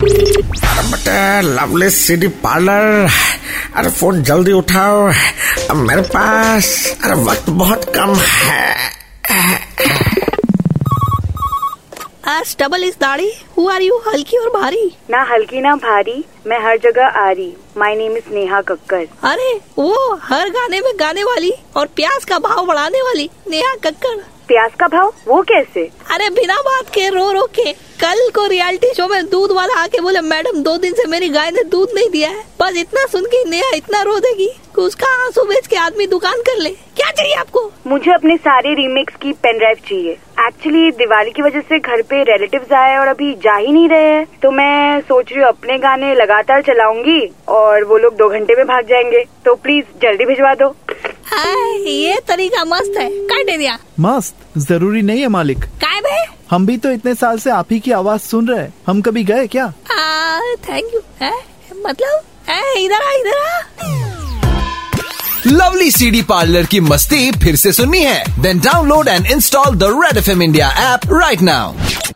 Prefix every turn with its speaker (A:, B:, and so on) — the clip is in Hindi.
A: अरे बटे लवली सिटी पार्लर अरे फोन जल्दी उठाओ अब मेरे पास अरे वक्त बहुत कम है
B: As double is दाढ़ी हु आर यू हल्की और भारी
C: ना हल्की ना भारी मैं हर जगह आ रही my name is Neha Kakkar
B: अरे वो हर गाने में गाने वाली और प्याज का भाव बढ़ाने वाली नेहा कक्कड़
C: प्याज का भाव वो कैसे
B: अरे बिना बात के रो रो के कल को रियलिटी शो में दूध वाला आके बोले मैडम दो दिन से मेरी गाय ने दूध नहीं दिया है बस इतना सुन के नेहा इतना रो देगी कि उसका आंसू बेच के आदमी दुकान कर ले क्या चाहिए आपको
C: मुझे अपने सारे रीमेक्स की पेन ड्राइव चाहिए एक्चुअली दिवाली की वजह से घर पे रिलेटिव्स आए और अभी जा ही नहीं रहे हैं तो मैं सोच रही हूँ अपने गाने लगातार चलाऊंगी और वो लोग दो घंटे में भाग जाएंगे तो प्लीज जल्दी भिजवा दो
B: आय, ये तरीका मस्त है काट दे दिया
D: मस्त जरूरी नहीं है मालिक
B: काय बे
D: हम भी तो इतने साल से आप ही की आवाज सुन रहे हैं हम कभी गए क्या
B: थैंक यू है मतलब है इधर आ इधर आ
E: लवली सीडी पार्लर की मस्ती फिर से सुननी है then download and install the Red F India app right now